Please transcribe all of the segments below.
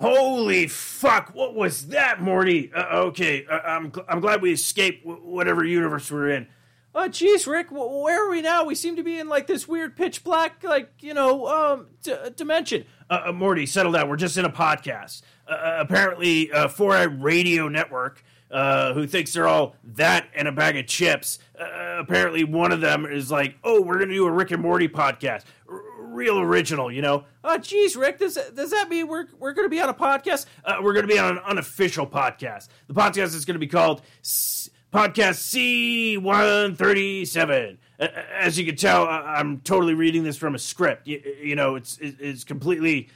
Holy fuck! What was that, Morty? Uh, okay, uh, I'm gl- I'm glad we escaped w- whatever universe we we're in. Oh, jeez, Rick, wh- where are we now? We seem to be in like this weird pitch black, like you know, um, d- dimension. Uh, uh, Morty, settle down. We're just in a podcast. Uh, Uh, apparently, uh, for a radio network uh, who thinks they're all that and a bag of chips. Uh, apparently, one of them is like, "Oh, we're gonna do a Rick and Morty podcast, R- real original," you know. Oh, jeez, Rick, does does that mean we're we're going to be on a podcast? Uh, we're going to be on an unofficial podcast. The podcast is going to be called S- Podcast C137. A- a- As you can tell, I- I'm totally reading this from a script. You, you know, it's it- it's completely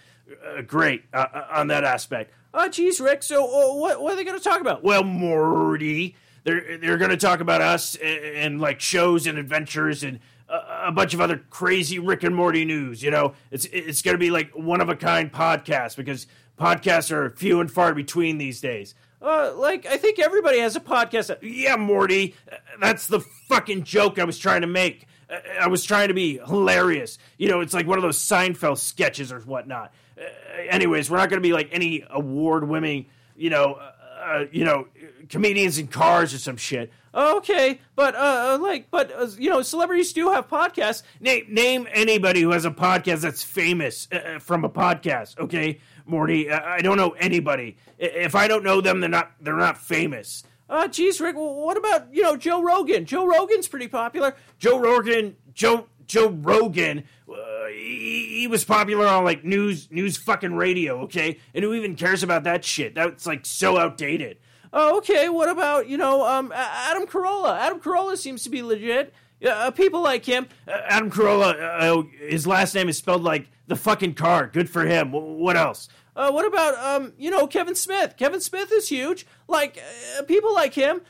uh, great uh, uh, on that aspect. Oh, jeez, Rick. So, uh, what what are they going to talk about? Well, Morty, they're they're going to talk about us and, and like shows and adventures and a, a bunch of other crazy Rick and Morty news. You know, it's it's going to be like one of a kind podcast because podcasts are few and far between these days. Uh, like, I think everybody has a podcast. Yeah, Morty, uh, that's the fucking joke I was trying to make. Uh, I was trying to be hilarious. You know, it's like one of those Seinfeld sketches or whatnot. Uh, anyways, we're not going to be like any award-winning, you know, uh, you know, comedians in cars or some shit. oh, Okay, but uh, uh, like, but uh, you know, celebrities do have podcasts. Name name anybody who has a podcast that's famous uh, uh, from a podcast, okay, Morty? I, I don't know anybody. I- If I don't know them, they're not they're not famous. Uh, jeez, Rick, well, what about you know Joe Rogan? Joe Rogan's pretty popular. Joe Rogan, Joe Joe Rogan, uh, he, he was popular on like news news fucking radio, okay? And who even cares about that shit? That's like so outdated. Oh, okay, what about you know um A- Adam Carolla? Adam Carolla seems to be legit. Yeah, Uh, people like him. Uh, Adam Carolla, uh, uh, his last name is spelled like the fucking car. Good for him. W- what else? Uh, what about um you know Kevin Smith? Kevin Smith is huge. Like uh, people like him.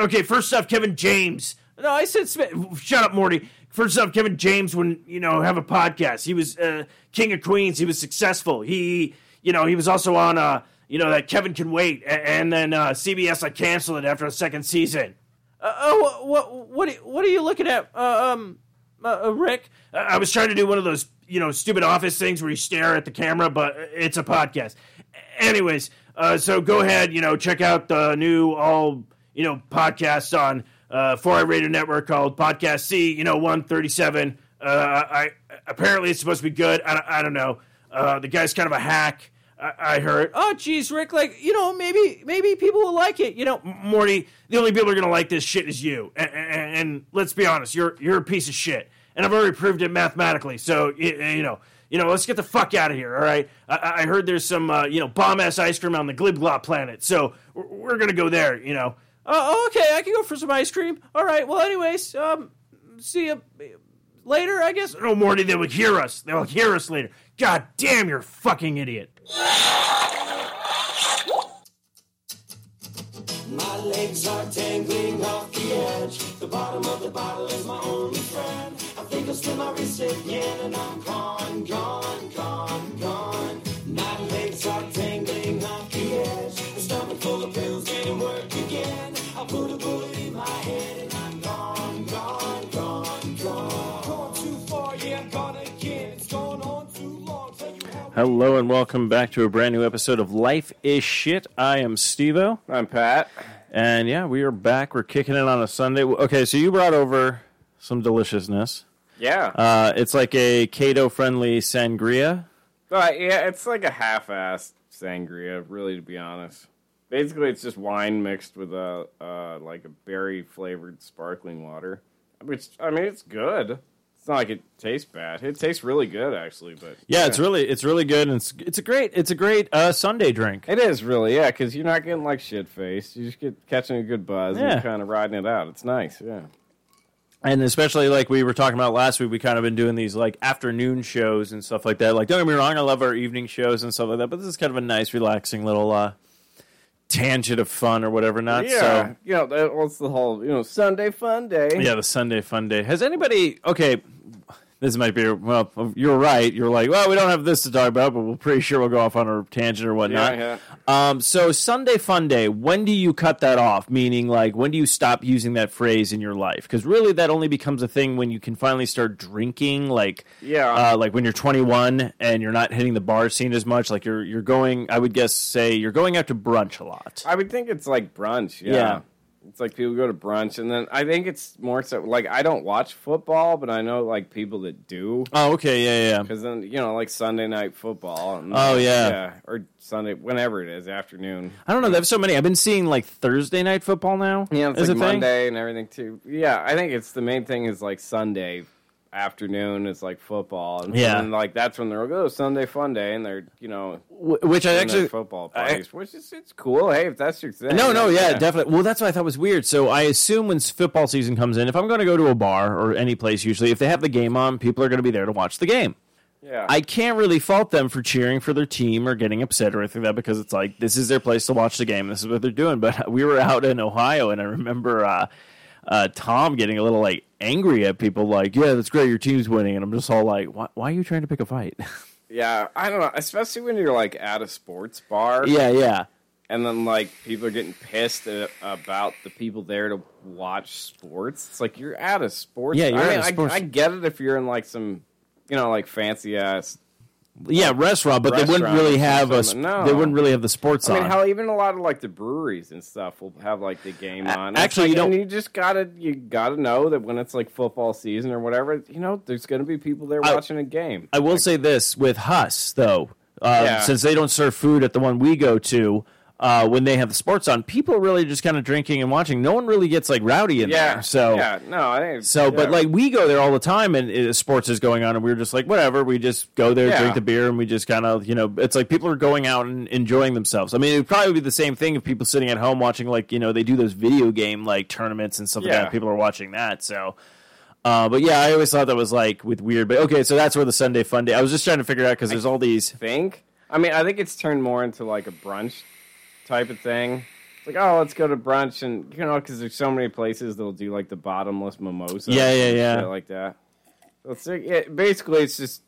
Okay, first off, Kevin James. No, I said Smith. Shut up, Morty. First off, Kevin James wouldn't, you know, have a podcast. He was uh, King of Queens. He was successful. He, you know, he was also on, uh, you know, that Kevin Can Wait. A- and then uh, CBS, I canceled it after the second season. Uh, oh, what what are- what are you looking at? Uh, um, uh, uh, Rick. I-, I was trying to do one of those, you know, stupid office things where you stare at the camera, but it's a podcast. Anyways, uh, so go ahead, you know, check out the new all, you know, podcast on uh, 4 Radio Network called Podcast C, you know, 137. Uh, I apparently it's supposed to be good. I, don't- I don't know. Uh, the guy's kind of a hack. I, I heard. Oh, geez, Rick. Like you know maybe maybe people will like it. You know. Morty, the only people who are gonna like this shit is you. And, and, and let's be honest, you're you're a piece of shit. And I've already proved it mathematically. So you, you know, you know, let's get the fuck out of here. All right. I- I, I heard there's some uh, you know bomb ass ice cream on the Glibglop planet. So we're, we're gonna go there. You know. Oh, okay. I can go for some ice cream. All right. Well, anyways, um, see you later. I guess. No, Morty, they will hear us. They will hear us later. God damn, you're a fucking idiot. My legs are tangling off the edge. The bottom of the bottle is my only friend. I think I'll slit my wrist again, and I'm gone, gone, gone, gone. My legs are tangling off the edge. The stomach full of pills didn't work again. I put a bullet in my head, and I'm gone, gone, gone, gone. Gone too far, yeah, I'm gone again. It's gone on too long. Tell you how. Hello and welcome back to a brand new episode of Life is Shit. I am Stevo, I'm Pat. and yeah, we are back. We're kicking it on a Sunday. Okay, so you brought over some deliciousness. Yeah. Uh, it's like a keto friendly sangria. but yeah, it's like a half-assed sangria, really, to be honest. Basically, it's just wine mixed with a uh, like a berry-flavored sparkling water. Which I mean, it's good. It's not like it tastes bad. It tastes really good, actually. But Yeah, it's really it's really good, and it's it's a great it's a great uh, Sunday drink. It is really, yeah, because you're not getting like shit faced. You just get catching a good buzz Yeah. and kind of riding it out. It's nice, yeah. And especially like we were talking about last week, we kind of been doing these like afternoon shows and stuff like that. Like, don't get me wrong, I love our evening shows and stuff like that, but this is kind of a nice, relaxing little uh, tangent of fun or whatever. Not so. you know, that, what's the whole you know Sunday fun day? Yeah, the Sunday fun day. Has anybody okay? this might be well. You're right. You're like, well, we don't have this to talk about, but we're pretty sure we'll go off on a tangent or whatnot. Yeah, Um, so Sunday Fun Day. When do you cut that off? Meaning, like, when do you stop using that phrase in your life? Because really, that only becomes a thing when you can finally start drinking. Like, Yeah. uh, like when you're 21 and you're not hitting the bar scene as much. Like, you're you're going. I would guess say you're going out to brunch a lot. I would think it's like brunch. Yeah. Yeah. It's like people go to brunch, and then I think it's more so like I don't watch football, but I know like people that do. oh, okay. Yeah, yeah, yeah. Because then you know, like Sunday night football. And, Oh, yeah. or Sunday, whenever it is, afternoon. I don't know. They have so many. I've been seeing like Thursday night football now. Yeah, it's as a like thing. Monday and everything too. Yeah, I think it's the main thing is like Sunday afternoon is like football, and Yeah. then, like that's when they're like, oh Sunday fun day, and they're you know Wh- Which I doing actually their football parties, which is it's cool. Hey, if that's your thing, No, no, then, yeah, definitely. Well, that's what I thought was weird. So I assume when s- football season comes in, if I'm going to go to a bar or any place, usually if they have the game on, people are going to be there to watch the game. yeah. I can't really fault them for cheering for their team or getting upset or anything like that because it's like this is their place to watch the game. This is what they're doing. But we were out in Ohio, and I remember uh, uh, Tom getting a little like angry at people, like, "Yeah, that's great, your team's winning," and I'm just all like, "Why, why are you trying to pick a fight?" Yeah, I don't know, especially when you're like at a sports bar, yeah, yeah. and then like people are getting pissed a- about the people there to watch sports. It's like you're at a sports. Yeah, you're I at mean, a I- sports- I, get it if you're in like some, you know, like fancy ass. Yeah, restaurant, but they wouldn't Restaurant really or have a. something. sp- No. They wouldn't really have the sports I mean, on. how even a lot of like the breweries and stuff will have like the game on. It's actually, you like- don't- and you just gotta you gotta know that when it's like football season or whatever, you know, there's gonna be people there I- watching a game. I will say this with Huss though, uh, Yeah. since they don't serve food at the one we go to, uh, when they have the sports on, people are really just kind of drinking and watching. No one really gets like rowdy in yeah. there. So. yeah, no, I think, So, but yeah. like we go there all the time, and uh, sports is going on, and we're just like, whatever. We just go there, Yeah. drink the beer, and we just kind of, you know, it's like people are going out and enjoying themselves. I mean, it would probably be the same thing if people sitting at home watching, like, you know, they do those video game like tournaments and stuff like Yeah. that. People are watching that, so. Uh, but yeah, I always thought that was like with weird. But okay, so that's where the Sunday fun day. I was just trying to figure out because there's all these. think. I mean, I think it's turned more into like a brunch type of thing. It's like, oh, let's go to brunch, and you know, because there's so many places that'll do like the bottomless mimosa, Yeah, yeah, and yeah. shit like that. So it's like, yeah, basically, it's just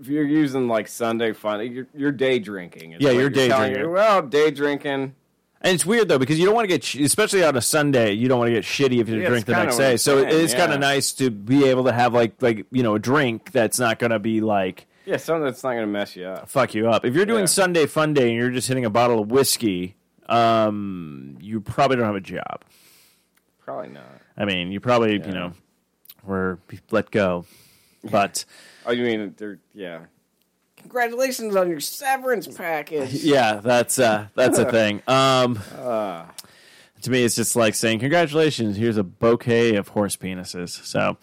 if you're using like Sunday fun, you're, you're day drinking. It's Yeah, like you're day telling drinking. you, well, day drinking. And it's weird though because you don't want to get, sh- especially on a Sunday, you don't want to get shitty if you Yeah, drink that's the kinda next what day. I'm So it saying, is kind yeah. of nice to be able to have like like you know a drink that's not going to be like Yeah, something that's not gonna mess you up. fuck you up. If you're doing Yeah. Sunday fun day and you're just hitting a bottle of whiskey, um, you probably don't have a job. Probably not. I mean, you probably you know were let go, but. Oh, you mean they're yeah. Congratulations on your severance package. yeah, that's uh, that's a thing. Um, Ah. to me, it's just like saying congratulations. Here's a bouquet of horse penises. So,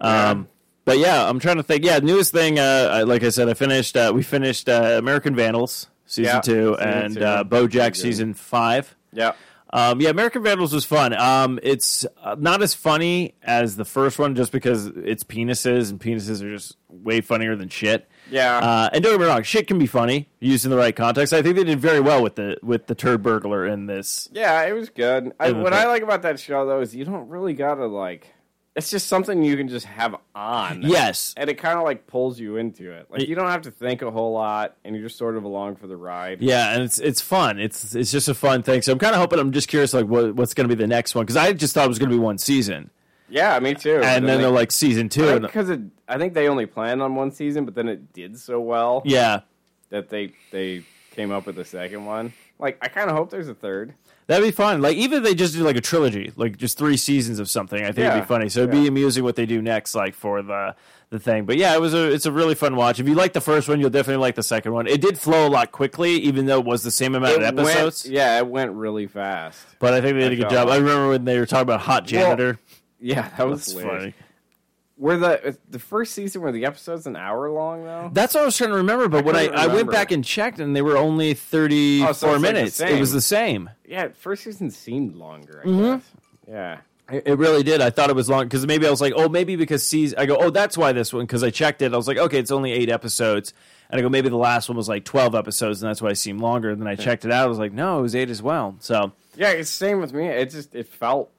um, but yeah, I'm trying to think. Yeah, newest thing. Uh, I, like I said, I finished. Uh, we finished uh, American Vandals season Yeah, two season and two. Uh, Pretty BoJack good. season five. Yeah. Um, yeah, American Vandals was fun. Um, it's uh, not as funny as the first one, just because it's penises, and penises are just way funnier than shit. Yeah. Uh, and don't get me wrong, shit can be funny used in the right context. I think they did very well with the with the turd burglar in this. Yeah, it was good. I, It was what I good. like about that show though is you don't really gotta like. It's just something you can just have on. Yes, And it kind of like pulls you into it. Like you don't have to think a whole lot, and you're just sort of along for the ride. yeah, and it's it's fun. It's it's just a fun thing. So I'm kind of hoping. I'm just curious, like what, what's going to be the next one? Because I just thought it was going to be one season, Yeah, me too. and then they're like season two. and- because it, I think they only planned on one season, but then it did so well yeah, that they they came up with a second one. Like I kind of hope there's a third. That'd be fun. Like even if they just do like a trilogy, like just three seasons of something, I think it'd Yeah, be funny. So it'd be yeah. amusing what they do next, like for the the thing. But yeah, it was a it's a really fun watch. If you like the first one, you'll definitely like the second one. It did flow a lot quickly, even though it was the same amount of It episodes. Went, yeah, it went really fast. But I think they did a I good felt job. I like- remember when they were talking about hot janitor. Yeah, that was That's hilarious. funny. Were the the first season were the episodes an hour long though? That's what I was trying to remember. But when I, couldn't I went remember. back and checked, and they were only thirty four Oh, so it's like the minutes. it same. was the same. Yeah, first season seemed longer. I Mm-hmm. guess. Yeah, It it really did. I thought it was long because maybe I was like, oh, maybe because season. I go, oh, that's why this one because I checked it. I was like, okay, it's only eight episodes, and I go, maybe the last one was like twelve episodes, and that's why it seemed longer. And then I checked it out. I was like, no, it was eight as well. So yeah. It's same with me. It just it felt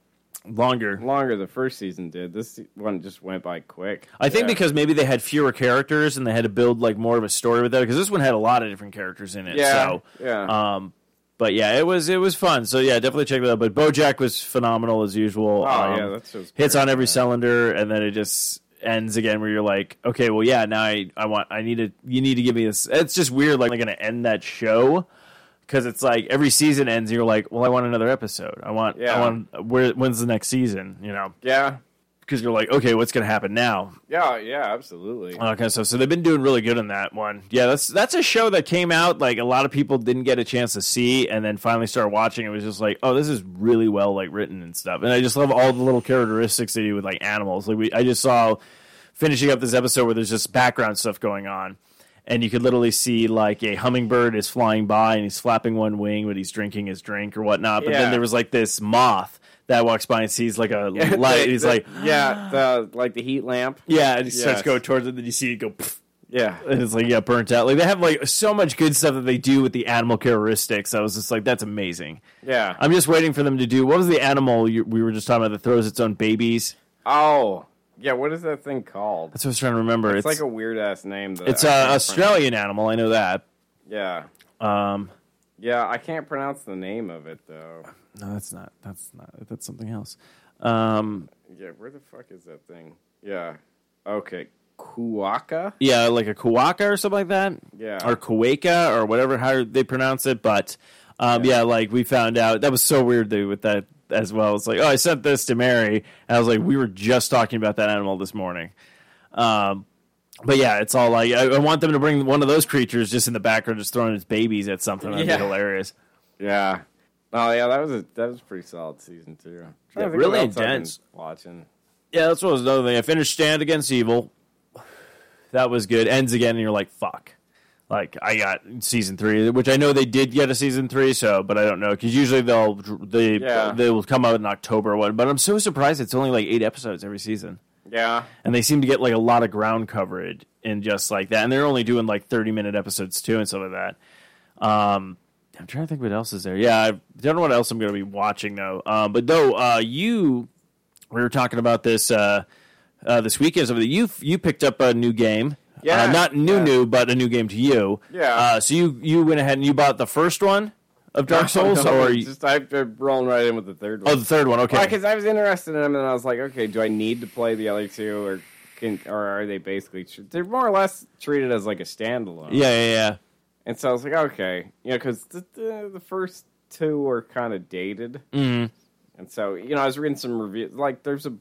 longer. Longer the first season did. This one just went by quick. I think Yeah. because maybe they had fewer characters and they had to build like more of a story with that because this one had a lot of different characters in it. yeah, So, yeah. um, but yeah, it was it was fun. So yeah, definitely check that out. But BoJack was phenomenal as usual. oh um, yeah, that's just hits great, on every man. cylinder, and then it just ends again where you're like, okay, well yeah, now I I want I need to you need to give me this. It's just weird like they're gonna end that show. Because it's like every season ends, and you're like, well, I want another episode. I want, I Yeah. want. Where, when's the next season? You know, Yeah, because you're like, okay, what's gonna happen now? yeah, yeah. Absolutely. all that kind of stuff. So they've been doing really good on that one. Yeah, that's that's a show that came out like a lot of people didn't get a chance to see, and then finally started watching. It was just like, oh, this is really well like written and stuff. And I just love all the little characteristics they do with like animals. Like we, I just saw finishing up this episode where there's just background stuff going on. And you could literally see like a hummingbird is flying by and he's flapping one wing, but he's drinking his drink or whatnot. But Yeah. then there was like this moth that walks by and sees like a light. The- and he's the- like, yeah, the like the heat lamp. yeah, and he starts Yes. going towards it. And then you see it go. Pff, Yeah, and it's like yeah burnt out like they have like so much good stuff that they do with the animal characteristics i was just like that's amazing yeah. i'm just waiting for them to do what was the animal you, we were just talking about that throws its own babies oh, yeah. What is that thing called? that's It's, what i was trying to remember it's, like a weird ass name. That it's I a can't australian animal i know that pronounce. Yeah, um yeah. I can't pronounce the name of it though. no that's not that's not that's something else um Yeah, where the fuck is that thing? Yeah. Okay, Kuaka. yeah like a kuaka or something like that Yeah. or Kueka or whatever how they pronounce it. But um, yeah. like we found out that was so weird dude, with that as well. It's like, oh, I sent this to Mary, and I was like, we were just talking about that animal this morning. Um, but yeah, it's all like I, I want them to bring one of those creatures just in the background, just throwing its babies at something. That'd Yeah. be hilarious. Yeah. Oh yeah, that was a that was a pretty solid season too. I'm trying to think really what else I've been intense. Watching. Yeah, that's what was another thing. I finished Stand Against Evil. That was good. Ends again, and you're like, fuck. Like I got season three, which I know they did get a season three, so but I don't know because usually they'll they Yeah. they will come out in October or what. But I'm so surprised it's only like eight episodes every season, Yeah. and they seem to get like a lot of ground coverage in just like that, and they're only doing like 30 minute episodes too and stuff like that. Um, I'm trying to think what else is there. Yeah, I don't know what else I'm going to be watching though. Um, but though uh, you, we were talking about this uh, uh, this weekend. So you you picked up a new game. Yeah, uh, not new yeah. new, but a new game to you. Yeah. Uh, so you you went ahead and you bought the first one of Dark Souls, No, or it's you, just I, I'm rolling right in with the third one. oh the third one? Okay. because I was interested in them, and I was like, okay, do I need to play the other two, or can, or are they basically tr- they're more or less treated as like a standalone? yeah, yeah, yeah. And so I was like, okay, you know, because the, the the first two are kind of dated, Mhm. and so you know, I was reading some reviews. Like, there's a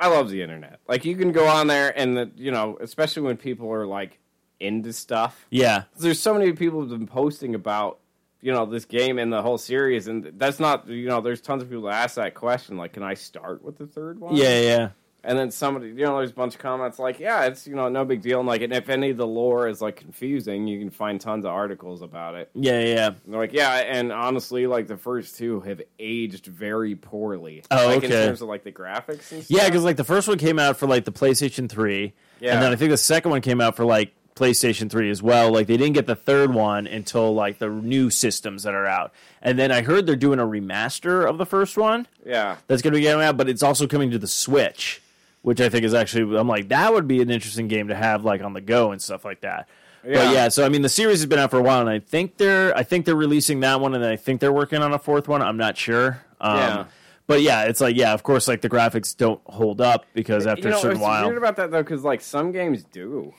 I love the internet. Like, you can go on there, and the you know, especially when people are like into stuff. Yeah, there's so many people who've been posting about you know this game and the whole series and that's not you know there's tons of people that ask that question like can i start with the third one yeah, yeah. and then somebody you know there's a bunch of comments like yeah it's you know no big deal and like and if any of the lore is like confusing you can find tons of articles about it Yeah, yeah, yeah. and they're like yeah and honestly like the first two have aged very poorly Oh, like in okay. terms of like the graphics and stuff Yeah, because like the first one came out for like the PlayStation Three, Yeah. and then I think the second one came out for like PlayStation Three as well. Like they didn't get the third one until like the new systems that are out, and then I heard they're doing a remaster of the first one yeah that's going to be coming out, but it's also coming to the Switch, which I think is actually I'm like that would be an interesting game to have like on the go and stuff like that. Yeah. But yeah, so I mean the series has been out for a while, and I think they're I think they're releasing that one, and I think they're working on a fourth one. I'm not sure. Um, Yeah. But yeah, it's like yeah, of course, like the graphics don't hold up because after you know, a certain what's while, Weird about that though, because like some games do,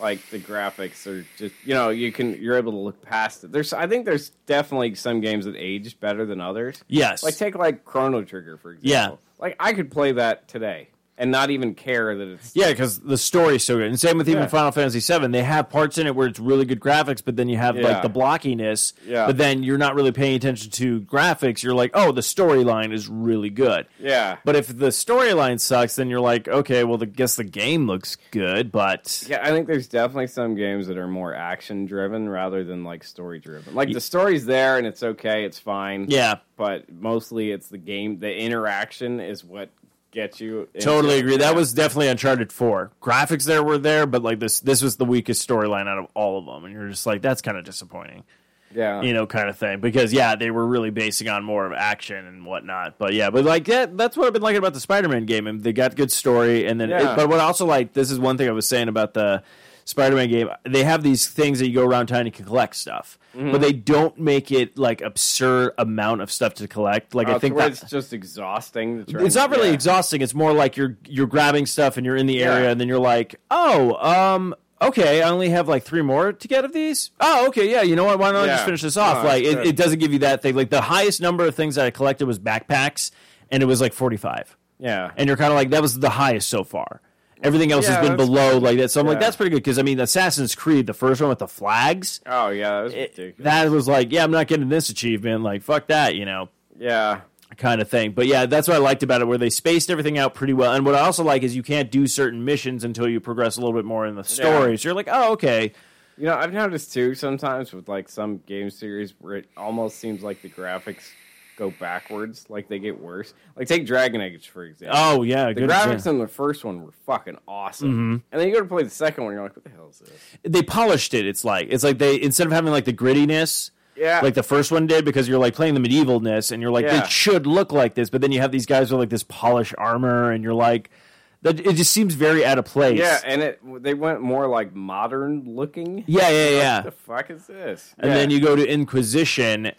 like the graphics are just you know you can you're able to look past it. There's I think there's definitely some games that age better than others. yes, Like take like Chrono Trigger for example. Yeah. Like I could play that today and not even care that it's Yeah, because the story's so good. And same with even Yeah. Final Fantasy VII. They have parts in it where it's really good graphics, but then you have Yeah. like the blockiness. Yeah. But then you're not really paying attention to graphics. You're like, oh, the storyline is really good. yeah. But if the storyline sucks, then you're like, okay, well, the, guess the game looks good, but Yeah, I think there's definitely some games that are more action driven rather than like story driven. Like the story's there and it's okay, it's fine. yeah, But mostly it's the game, the interaction is what gets you. into- totally agree. That Yeah. was definitely Uncharted Four. Graphics there were there, but like this, this was the weakest storyline out of all of them, and you're just like, that's kind of disappointing. Yeah. you know, kind of thing. Because yeah, they were really basing on more of action and whatnot. But yeah, but like that, that's what I've been liking about the Spider-Man game. And they got good story, and then Yeah. but what I also like this is one thing I was saying about the Spider-Man game. They have these things that you go around town and you can collect stuff, Mm-hmm. but they don't make it like absurd amount of stuff to collect. Like Uh, I think to where that, it's just exhausting. to try it's and- not really yeah. exhausting. It's more like you're you're grabbing stuff and you're in the area, Yeah. and then you're like, oh, um, okay, I only have like three more to get of these. Oh, okay, yeah. You know what? Why don't I just Yeah. finish this off? No, like, that's it, good. it doesn't give you that thing. Like the highest number of things that I collected was backpacks, and it was like forty five. Yeah. And you're kind of like that was the highest so far. Everything else Yeah, has been that's below like that. So I'm like, Yeah. that's pretty good because I mean, Assassin's Creed, the first one with the flags, oh yeah, that was it, ridiculous. that was like, yeah, I'm not getting this achievement. Like, fuck that, you know yeah. kind of thing. But yeah, that's what I liked about it, where they spaced everything out pretty well. And what I also like is you can't do certain missions until you progress a little bit more in the story. So you're like, oh, okay, You know, I've noticed too sometimes with like some game series where it almost seems like the graphics go backwards, like they get worse. Like take Dragon Age for example. oh yeah, Mm-hmm. the good graphics example. in the first one were fucking awesome, and then you go to play the second one, you're like, what the hell is this? They polished it. It's like it's like they instead of having like the grittiness. Yeah, Like the first one did because you're like playing the medievalness and you're like Yeah. it should look like this, but then you have these guys with like this polished armor and you're like that it just seems very out of place. yeah, and it they went more like modern looking. yeah, yeah, yeah. What the fuck is this? and Yeah. then you go to Inquisition.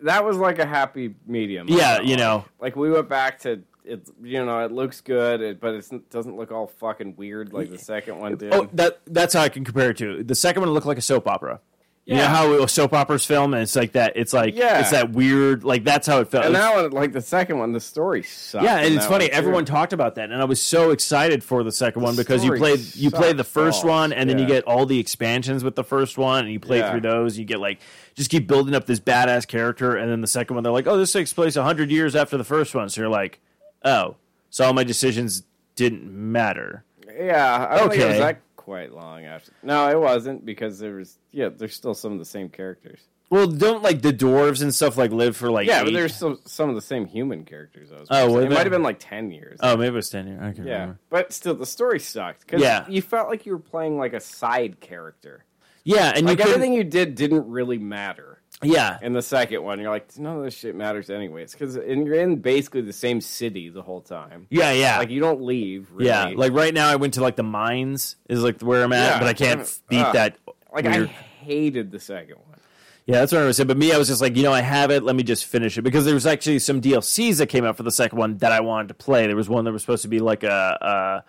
that was like a happy medium. Yeah, you know. like we went back to it. You know, it looks good, it, but it's- it doesn't look all fucking weird like the second one did. Oh, that that's how I can compare it to. The second one looked like a soap opera. You know Yeah. how it- soap operas film, and it's like that. It's like Yeah. it's that weird. Like that's how it felt. and It was- that one, like the second one, the story sucks. yeah, in and it's that funny. one, too. Everyone talked about that, and I was so excited for the second one because you story played you played the sucked first one, balls. and then you Yeah. get all the expansions with the first one, and you play Yeah. through those. You get like just keep building up this badass character, and then the second one, they're like, oh, this takes place hundred years after the first one, so you're like, oh, so all my decisions didn't matter. Yeah, I don't think it was Okay. that quite long after. No, it wasn't because there was. Yeah, there's still some of the same characters. Well, don't like the dwarves and stuff like live for like Yeah, eight but there's still some of the same human characters. I was. Oh, gonna say. were it there? might have been like ten years. Oh, maybe it was ten years. I can't yeah, remember. but still, the story sucked because Yeah. you felt like you were playing like a side character. Yeah, and Like you everything couldn't. you did didn't really matter. Yeah, And the second one, you're like, none of this shit matters anyways, because you're in basically the same city the whole time. yeah, yeah, Like you don't leave. Really. yeah. Like right now, I went to like the mines is like where I'm at, Yeah. but I can't f- beat Ah. that. like I weird- hated the second one. yeah, that's what I was saying. But me, I was just like, you know, I have it. Let me just finish it because there was actually some DLCs that came out for the second one that I wanted to play. There was one that was supposed to be like a. a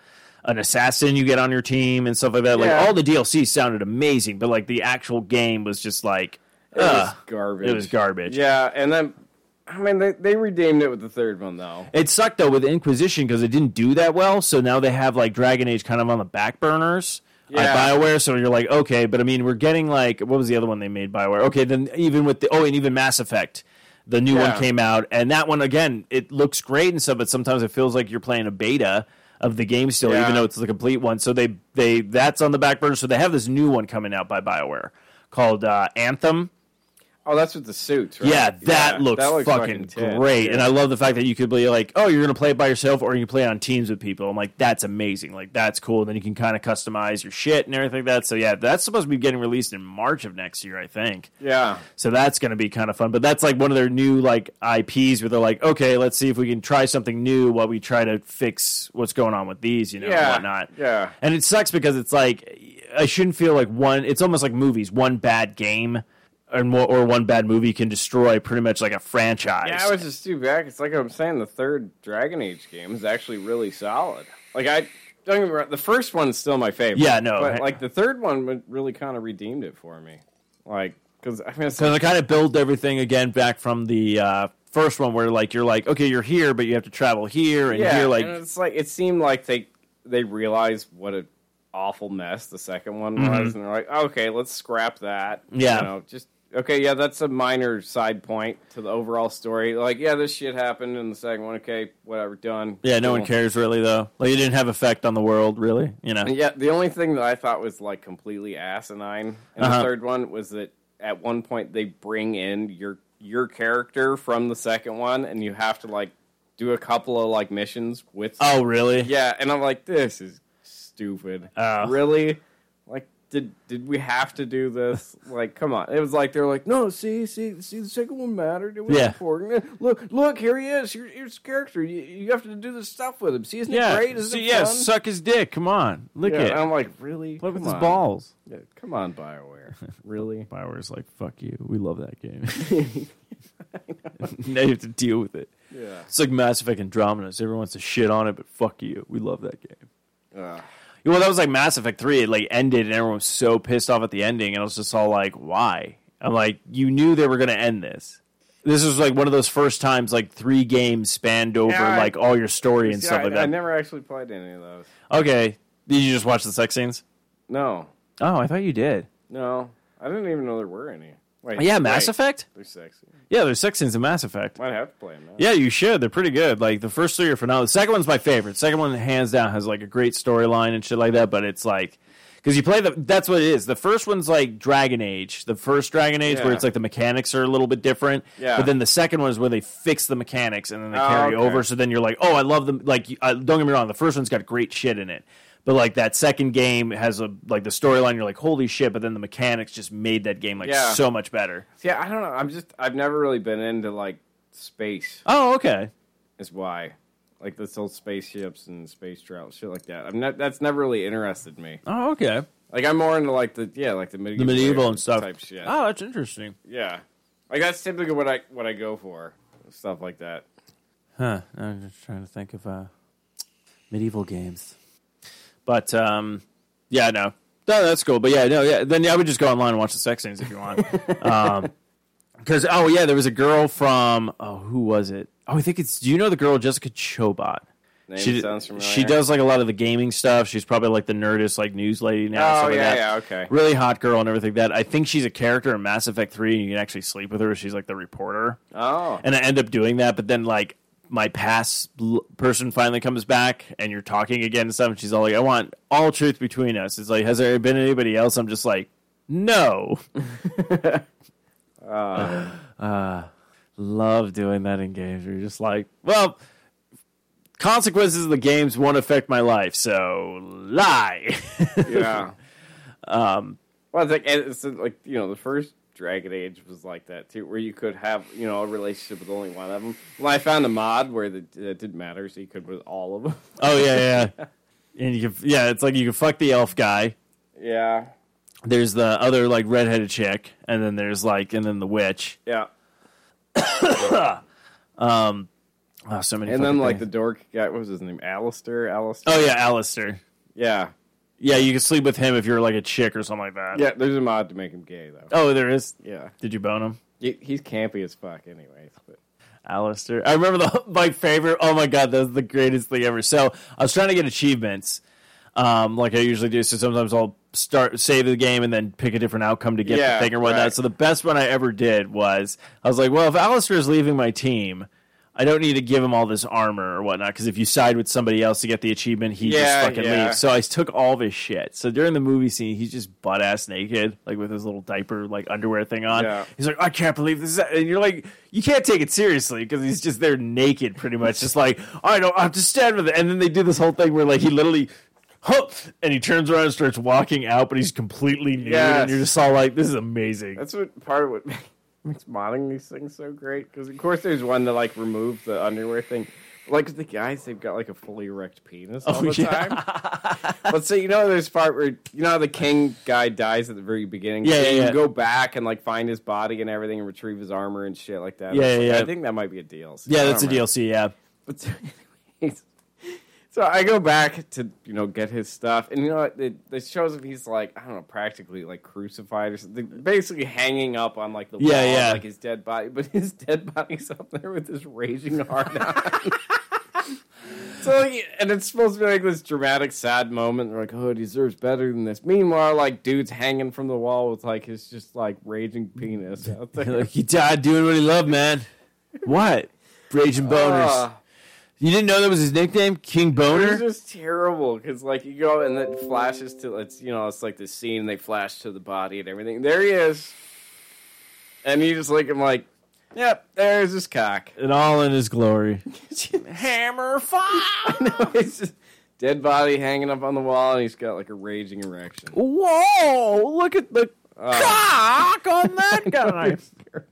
an assassin you get on your team and stuff like that. Like Yeah. all the DLC sounded amazing, but like the actual game was just like It was ugh. garbage. it was garbage. Yeah, and then I mean they, they redeemed it with the third one though. It sucked though with Inquisition because it didn't do that well. So now they have like Dragon Age kind of on the back burners at Yeah. Bioware. So you're like, okay, but I mean, we're getting like what was the other one they made Bioware? Okay, then even with the oh, and even Mass Effect, the new Yeah. one came out, and that one again, it looks great and stuff, but sometimes it feels like you're playing a beta of the game still, Yeah. even though it's the complete one. So they they that's on the back burner. So they have this new one coming out by Bioware called uh, Anthem. Oh, that's with the suits. Right? Yeah, that looks fucking, tight. great. And Yeah. I love the fact that you could be like, oh, you're going to play it by yourself or you can play it on teams with people. I'm like, that's amazing. Like, that's cool. And then you can kind of customize your shit and everything like that. So, yeah, that's supposed to be getting released in March of next year, I think. yeah, So that's going to be kind of fun. But that's like one of their new like IPs where they're like, okay, let's see if we can try something new while we try to fix what's going on with these, you know, yeah, and whatnot. Yeah, And it sucks because it's like I shouldn't feel like one. It's almost like movies. One bad game or mo- or one bad movie can destroy pretty much like a franchise. yeah. I was just too bad. It's like I'm saying, the third Dragon Age game is actually really solid. Like I don't even the first one's still my favorite. Yeah, no. but like the third one would- really kind of redeemed it for me. Like because I mean, it's so they kind of build everything again back from the uh, first one, where like you're like, okay, you're here, but you have to travel here and yeah, here. Like, and it's like it seemed like they they realized what an awful mess the second one was, and they're like, okay, let's scrap that. Mm-hmm. Yeah. you know, just okay, yeah, that's a minor side point to the overall story. Like, yeah, this shit happened in the second one. Okay, whatever, done. yeah, no one Cool. cares really though. Like, it didn't have effect on the world really. You know, Yeah, the only thing that I thought was like completely asinine in Uh-huh. the third one was that at one point they bring in your your character from the second one, and you have to like do a couple of like missions with Oh really? Yeah, and I'm like, this is stupid. Oh. really? Like, did did we have to do this? Like, come on! It was like they're like, no, see, see, see, the second one mattered. It was Yeah. important. Look, look, here he is. Here, here's his character. You, you have to do this stuff with him. See, isn't it Yeah. great? Isn't See, it yeah, fun? suck his dick. Come on. Lick yeah, it. and I'm like, really? Play with Come his on. balls. Yeah, come on, Bioware. Really? Bioware's like, fuck you. We love that game. now you have to deal with it. Yeah. It's like Mass Effect Andromeda's. Everyone wants to shit on it, but fuck you. We love that game. Ugh. Well, that was like Mass Effect 3. It like ended and everyone was so pissed off at the ending. And I was just all like, why? I'm like, you knew they were going to end this. This was like one of those first times like three games spanned over Yeah, I- like all your story and See, stuff I, like I that. never actually played any of those. okay. Did you just watch the sex scenes? No, Oh, I thought you did. no, I didn't even know there were any. Wait, Yeah, Mass wait, Effect? They're sexy. Yeah, there's sex scenes in Mass Effect. Might have to play them now. Yeah, you should. They're pretty good. Like the first three are phenomenal. The second one's my favorite. Second one, hands down, has like a great storyline and shit like that. But it's like because you play the that's what it is. The first one's like Dragon Age, the first Dragon Age, where Yeah. it's like the mechanics are a little bit different. Yeah. But then the second one is where they fix the mechanics and then they Oh, carry okay. over. So then you're like, oh, I love them. Like you- uh, don't get me wrong, the first one's got great shit in it. But like that second game has a like the storyline, you're like, holy shit! But then the mechanics just made that game like Yeah. so much better. Yeah, I don't know. I'm just I've never really been into like space Oh, okay. is why. Like this old spaceships and space travel shit like that. I'm not that's never really interested me. Oh, okay. Like I'm more into like the yeah, like the The medieval, medieval and stuff. type shit. Oh, that's interesting. Yeah. Like that's typically what I what I go for. Stuff like that. Huh. I'm just trying to think of uh, medieval games. But um, yeah, no. No, that's cool. But yeah, no, yeah. Then I would just go online and watch the sex scenes if you want. Because oh yeah, there was a girl from oh who was it? Oh, I think it's. Do you know the girl Jessica Chobot? Name She sounds familiar. she does like a lot of the gaming stuff. She's probably like the nerdist like news lady now. and Oh stuff like yeah, that. yeah, okay. Really hot girl and everything like that. I think she's a character in Mass Effect Three, and you can actually sleep with her. She's like the reporter Oh. and I end up doing that. But then like my past l- person finally comes back, and you're talking again and stuff. And she's all like, "I want all truth between us." It's like, has there been anybody else? I'm just like, no. Uh, love doing that in games. You're just like, well. Consequences of the games won't affect my life, so lie. yeah. Um well, it's like and it's like you know the first Dragon Age was like that too, where you could have you know a relationship with only one of them. Well, I found a mod where the, it didn't matter, so you could with all of them. oh yeah, yeah. And you can, yeah, it's like you can fuck the elf guy, yeah, there's the other like redheaded chick, and then there's like and then the witch. yeah. Oh, so many. And then fucking like the things. dork guy, what was his name? Alistair. Alistair. oh yeah, Alistair. yeah, Yeah, you can sleep with him if you're like a chick or something like that. yeah. There's a mod to make him gay though. Oh, there is. Yeah, Did you bone him, He- he's campy as fuck, anyways. But Alistair? I remember the my favorite. Oh my god, that was the greatest thing ever. So I was trying to get achievements, um, like I usually do. So sometimes I'll start save the game and then pick a different outcome to get Yeah, the thing or whatnot. right. So the best one I ever did was I was like, well, if Alistair is leaving my team. I don't need to give him all this armor or whatnot because if you side with somebody else to get the achievement, he Yeah, just fucking yeah. leaves. So I took all of his shit. So during the movie scene, he's just butt ass naked, like with his little diaper, like underwear thing on. Yeah. He's like, I can't believe this. Is and you're like, you can't take it seriously because he's just there naked, pretty much, just like I don't I have to stand with it. And then they do this whole thing where like he literally. Huh, and he turns around and starts walking out, but he's completely nude, Yes. and you're just all like, "This is amazing." that's what part of what makes modding these things so great. Because of course, there's one to like remove the underwear thing. Like the guys, they've got like a fully erect penis all Oh, the yeah. time. Let's say you know there's part where you know how the king guy dies at the very beginning. Yeah, So yeah, you yeah. go back and like find his body and everything, and retrieve his armor and shit like that. Yeah, yeah, yeah. I think that might be a DLC. yeah, that's I a don't remember. DLC. Yeah, But so, anyways, so I go back to you know get his stuff, and you know what, it, it shows him he's like I don't know, practically like crucified or something, basically hanging up on like the Yeah, wall, yeah. like his dead body. But his dead body's up there with this raging hard on. So, like, and it's supposed to be like this dramatic, sad moment. They're like, "Oh, he deserves better than this." Meanwhile, like, dude's hanging from the wall with like his just like raging penis out there. like he died doing what he loved, man. what? Raging boners. Ah. You didn't know that was his nickname, King It Boner. was just terrible because like you go and it flashes to it's you know it's like the scene they flash to the body and everything. There he is, and you just look at him like, yep, there's his cock. and all in his glory. Hammer fire. it's just Dead body hanging up on the wall, and he's got like a raging erection. Oh, Whoa! Look at the cock on that guy. It's ter-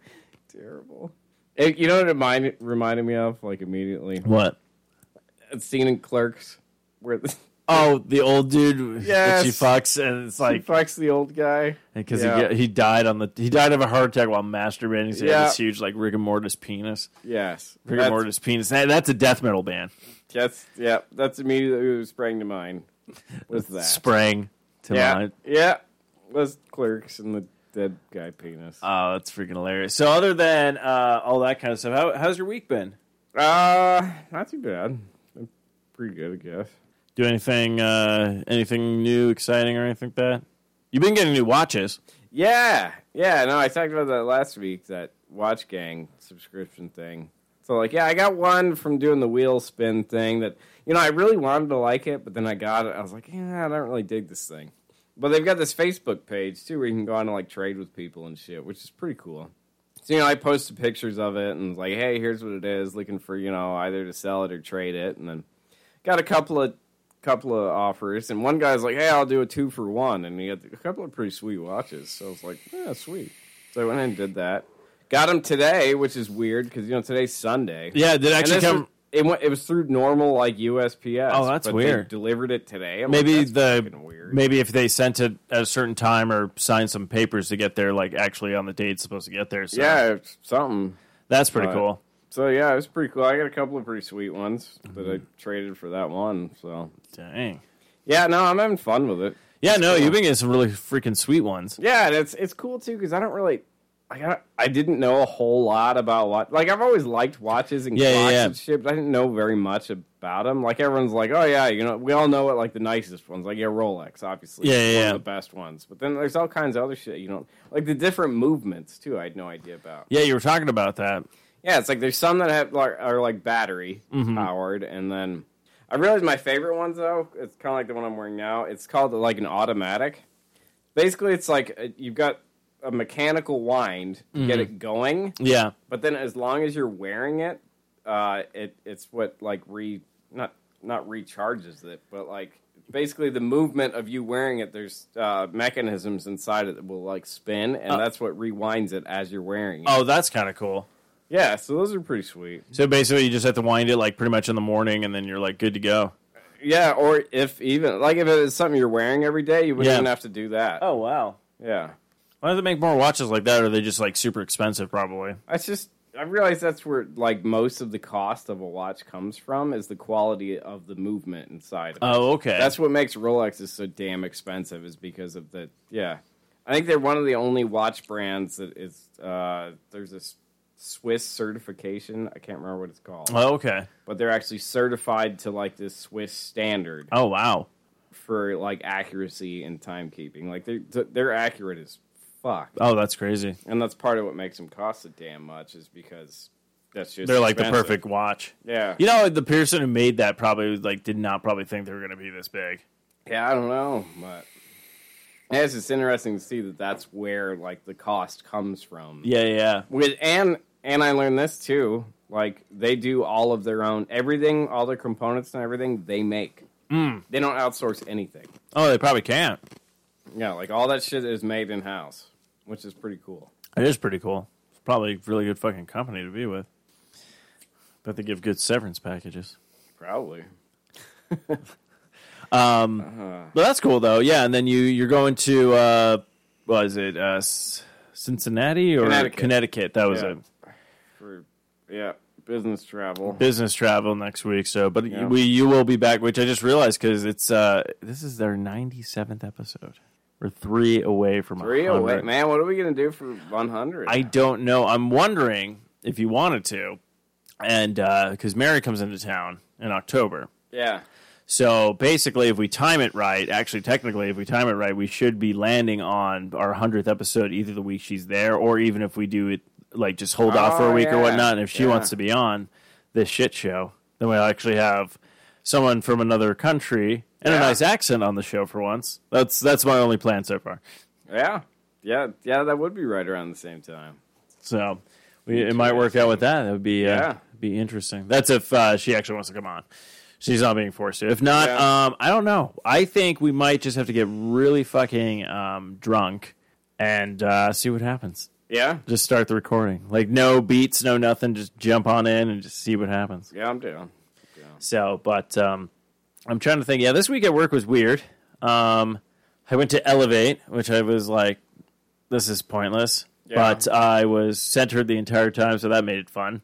terrible. It- you know what it reminded, reminded me of? Like immediately, What? a scene in Clerks where the, Oh, the old dude Yes. that she fucks, and it's like, like fucks the old guy. because Yeah. he get, he died on the he died of a heart attack while masturbating. So he Yeah. had this huge like rigor mortis penis, Yes, rigor That's- mortis penis. That- that's a death metal band. That's yeah. That's immediately what sprang to mind. Was that Sprang to Yeah, mind. yeah. Was Clerks and the dead guy penis? Oh, that's freaking hilarious. So other than uh, all that kind of stuff, how, how's your week been? Uh, not too bad. I'm pretty good, I guess. Do anything uh, anything new, exciting, or anything like that? You've been getting new watches. Yeah, yeah. No, I talked about that last week. That Watch Gang subscription thing. So like, yeah, I got one from doing the wheel spin thing. That you know, I really wanted to like it, but then I got it. I was like, yeah, I don't really dig this thing. But they've got this Facebook page too, where you can go on and like trade with people and shit, which is pretty cool. So you know, I posted pictures of it and was like, hey, here's what it is. Looking for you know either to sell it or trade it, and then got a couple of couple of offers, and one guy's like, "Hey, I'll do a two for one," and he had a couple of pretty sweet watches. So I was like, "Yeah, sweet." So I went and did that. Got them today, which is weird because you know today's Sunday. Yeah, did it And actually this come? was- it went. It was through normal like USPS. Oh, that's but they weird. delivered it today. I'm maybe like, "That's the fucking weird. maybe if they sent it at a certain time or signed some papers to get there, like actually on the date it's supposed to get there. So yeah, it's something. that's pretty Right. cool. So yeah, it was pretty cool. I got a couple of pretty sweet ones that Mm-hmm. I traded for that one. So Dang. yeah, no, I'm having fun with it. Yeah, no, you've been getting some really freaking sweet ones. Yeah, and it's it's cool too because I don't really. Like, I, don't- I didn't know a whole lot about what. Like, I've always liked watches and Yeah, yeah, clocks yeah. and shit, but I didn't know very much about them. Like, everyone's like, oh, yeah, you know, we all know what, like, the nicest ones. Like, yeah, Rolex, obviously. Yeah, is yeah, one yeah. of the best ones. But then there's all kinds of other shit, you know. Like, the different movements, too, I had no idea about. Yeah, you were talking about that. Yeah, it's like there's some that have like, are like battery powered, and then I realized my favorite ones though. It's kind of like the one I'm wearing now. It's called like an automatic. Basically, it's like uh, you've got a mechanical wind to get it going, Yeah, but then as long as you're wearing it, uh, it it's what like re not not recharges it, but like basically the movement of you wearing it. There's uh, mechanisms inside it that will like spin, and that's what rewinds it as you're wearing it. Oh, that's kind of cool. Yeah, so those are pretty sweet. So basically, you just have to wind it like pretty much in the morning, and then you're like good to go. Yeah, or if even like if it was something you're wearing every day, you wouldn't Yeah. even have to do that. Oh wow! Yeah, Why do they make more watches like that? Or are they just like super expensive? Probably. that's just I realize that's where like most of the cost of a watch comes from is the quality of the movement inside. Of it. Oh okay. That's what makes Rolexes so damn expensive is because of the yeah. I think they're one of the only watch brands that is uh, there's this Swiss certification. I can't remember what it's called, oh, okay. but they're actually certified to like this Swiss standard. Oh wow. for like accuracy and timekeeping. Like they're they're accurate as fuck, Oh, that's crazy. and that's part of what makes them cost so damn much is because that's just They're like the expensive. perfect watch. Yeah, You know, the person who made that probably like did not probably think they were going to be this big. yeah. I don't know, but yeah, it's just interesting to see that that's where like the cost comes from. Yeah, yeah. With and and I learned this too. Like they do all of their own everything, all their components and everything they make. Hmm. They don't outsource anything. Oh, they probably can't. Yeah, like all that shit is made in house, which is pretty cool. It is pretty cool. It's probably a really good fucking company to be with. But they give good severance packages. Probably. But that's cool though. Yeah, and then you you're going to uh what is it? Uh S- Cincinnati or Connecticut. That was Yeah. it. for yeah business travel. Business travel next week. So, but Yeah. we you will be back, which I just realized cuz it's uh this is their 97th episode. We're 3 away from Three 100. away, man. What are we gonna do for one hundred? I don't know. I'm wondering if you wanted to, and because Mary comes into town in October. yeah So basically, if we time it right, actually, technically, if we time it right, we should be landing on our 100th episode either the week she's there or even if we do it, like just hold off for Oh, a week yeah. or whatnot. And if she Yeah. wants to be on this shit show, then we'll actually have someone from another country and Yeah. a nice accent on the show for once. That's that's my only plan so far. yeah yeah yeah. That would be right around the same time. So we, it might work out with that. That would be uh, Yeah. be interesting. That's if uh, she actually wants to come on. She's not being forced to. If not, Yeah. um, I don't know. I think we might just have to get really fucking um, drunk and uh, see what happens. Yeah, Just start the recording. Like no beats, no nothing. Just jump on in and just see what happens. yeah, I'm down. So, but um, I'm trying to think. Yeah, this week at work was weird. Um, I went to Elevate, which I was like, this is pointless. Yeah. But I was centered the entire time, so that made it fun.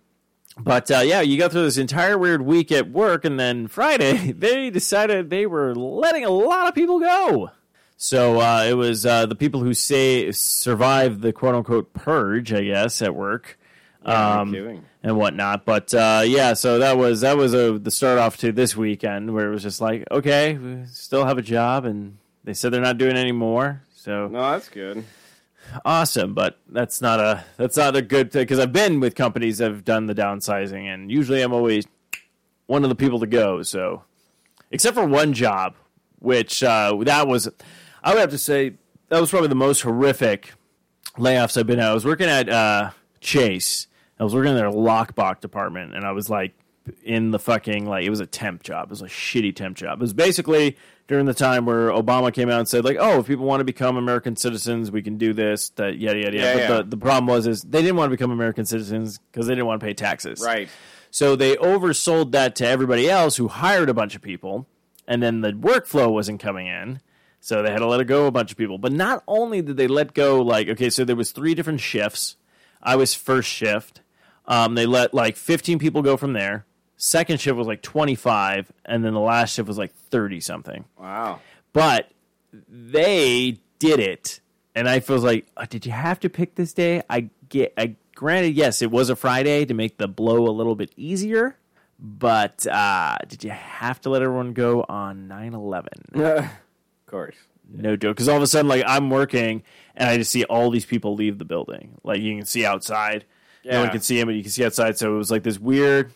But uh, yeah, you go through this entire weird week at work, and then Friday they decided they were letting a lot of people go. So uh, it was uh, the people who say survived the quote unquote purge, I guess, at work Yeah, Um, no kidding. and whatnot. But uh, yeah, so that was that was a, the start off to this weekend where it was just like, okay, we still have a job, and they said they're not doing any more. So No, that's good. awesome, but that's not a that's not a good thing because I've been with companies that have done the downsizing, and usually I'm always one of the people to go. So except for one job, which uh, that was, I would have to say that was probably the most horrific layoffs I've been at. I was working at uh, Chase. I was working in their lockbox department, and I was like in the fucking like it was a temp job. It was a shitty temp job. It was basically during the time where Obama came out and said like, "Oh, if people want to become American citizens, we can do this." That yada yada. Yeah, yada. but yeah. The, the problem was is they didn't want to become American citizens because they didn't want to pay taxes. Right. So they oversold that to everybody else who hired a bunch of people, and then the workflow wasn't coming in. So they had to let go a bunch of people. But not only did they let go, like okay, so there was three different shifts. I was first shift. Um, they let like 15 people go from there. Second shift was like 25, and then the last shift was like 30 something Wow. but they did it and i was like oh, did you have to pick this day i get i granted yes it was a friday to make the blow a little bit easier but uh did you have to let everyone go on 9-11 of course. no joke because all of a sudden like i'm working and i just see all these people leave the building like you can see outside no one Yeah. can see him but you can see outside so it was like this weird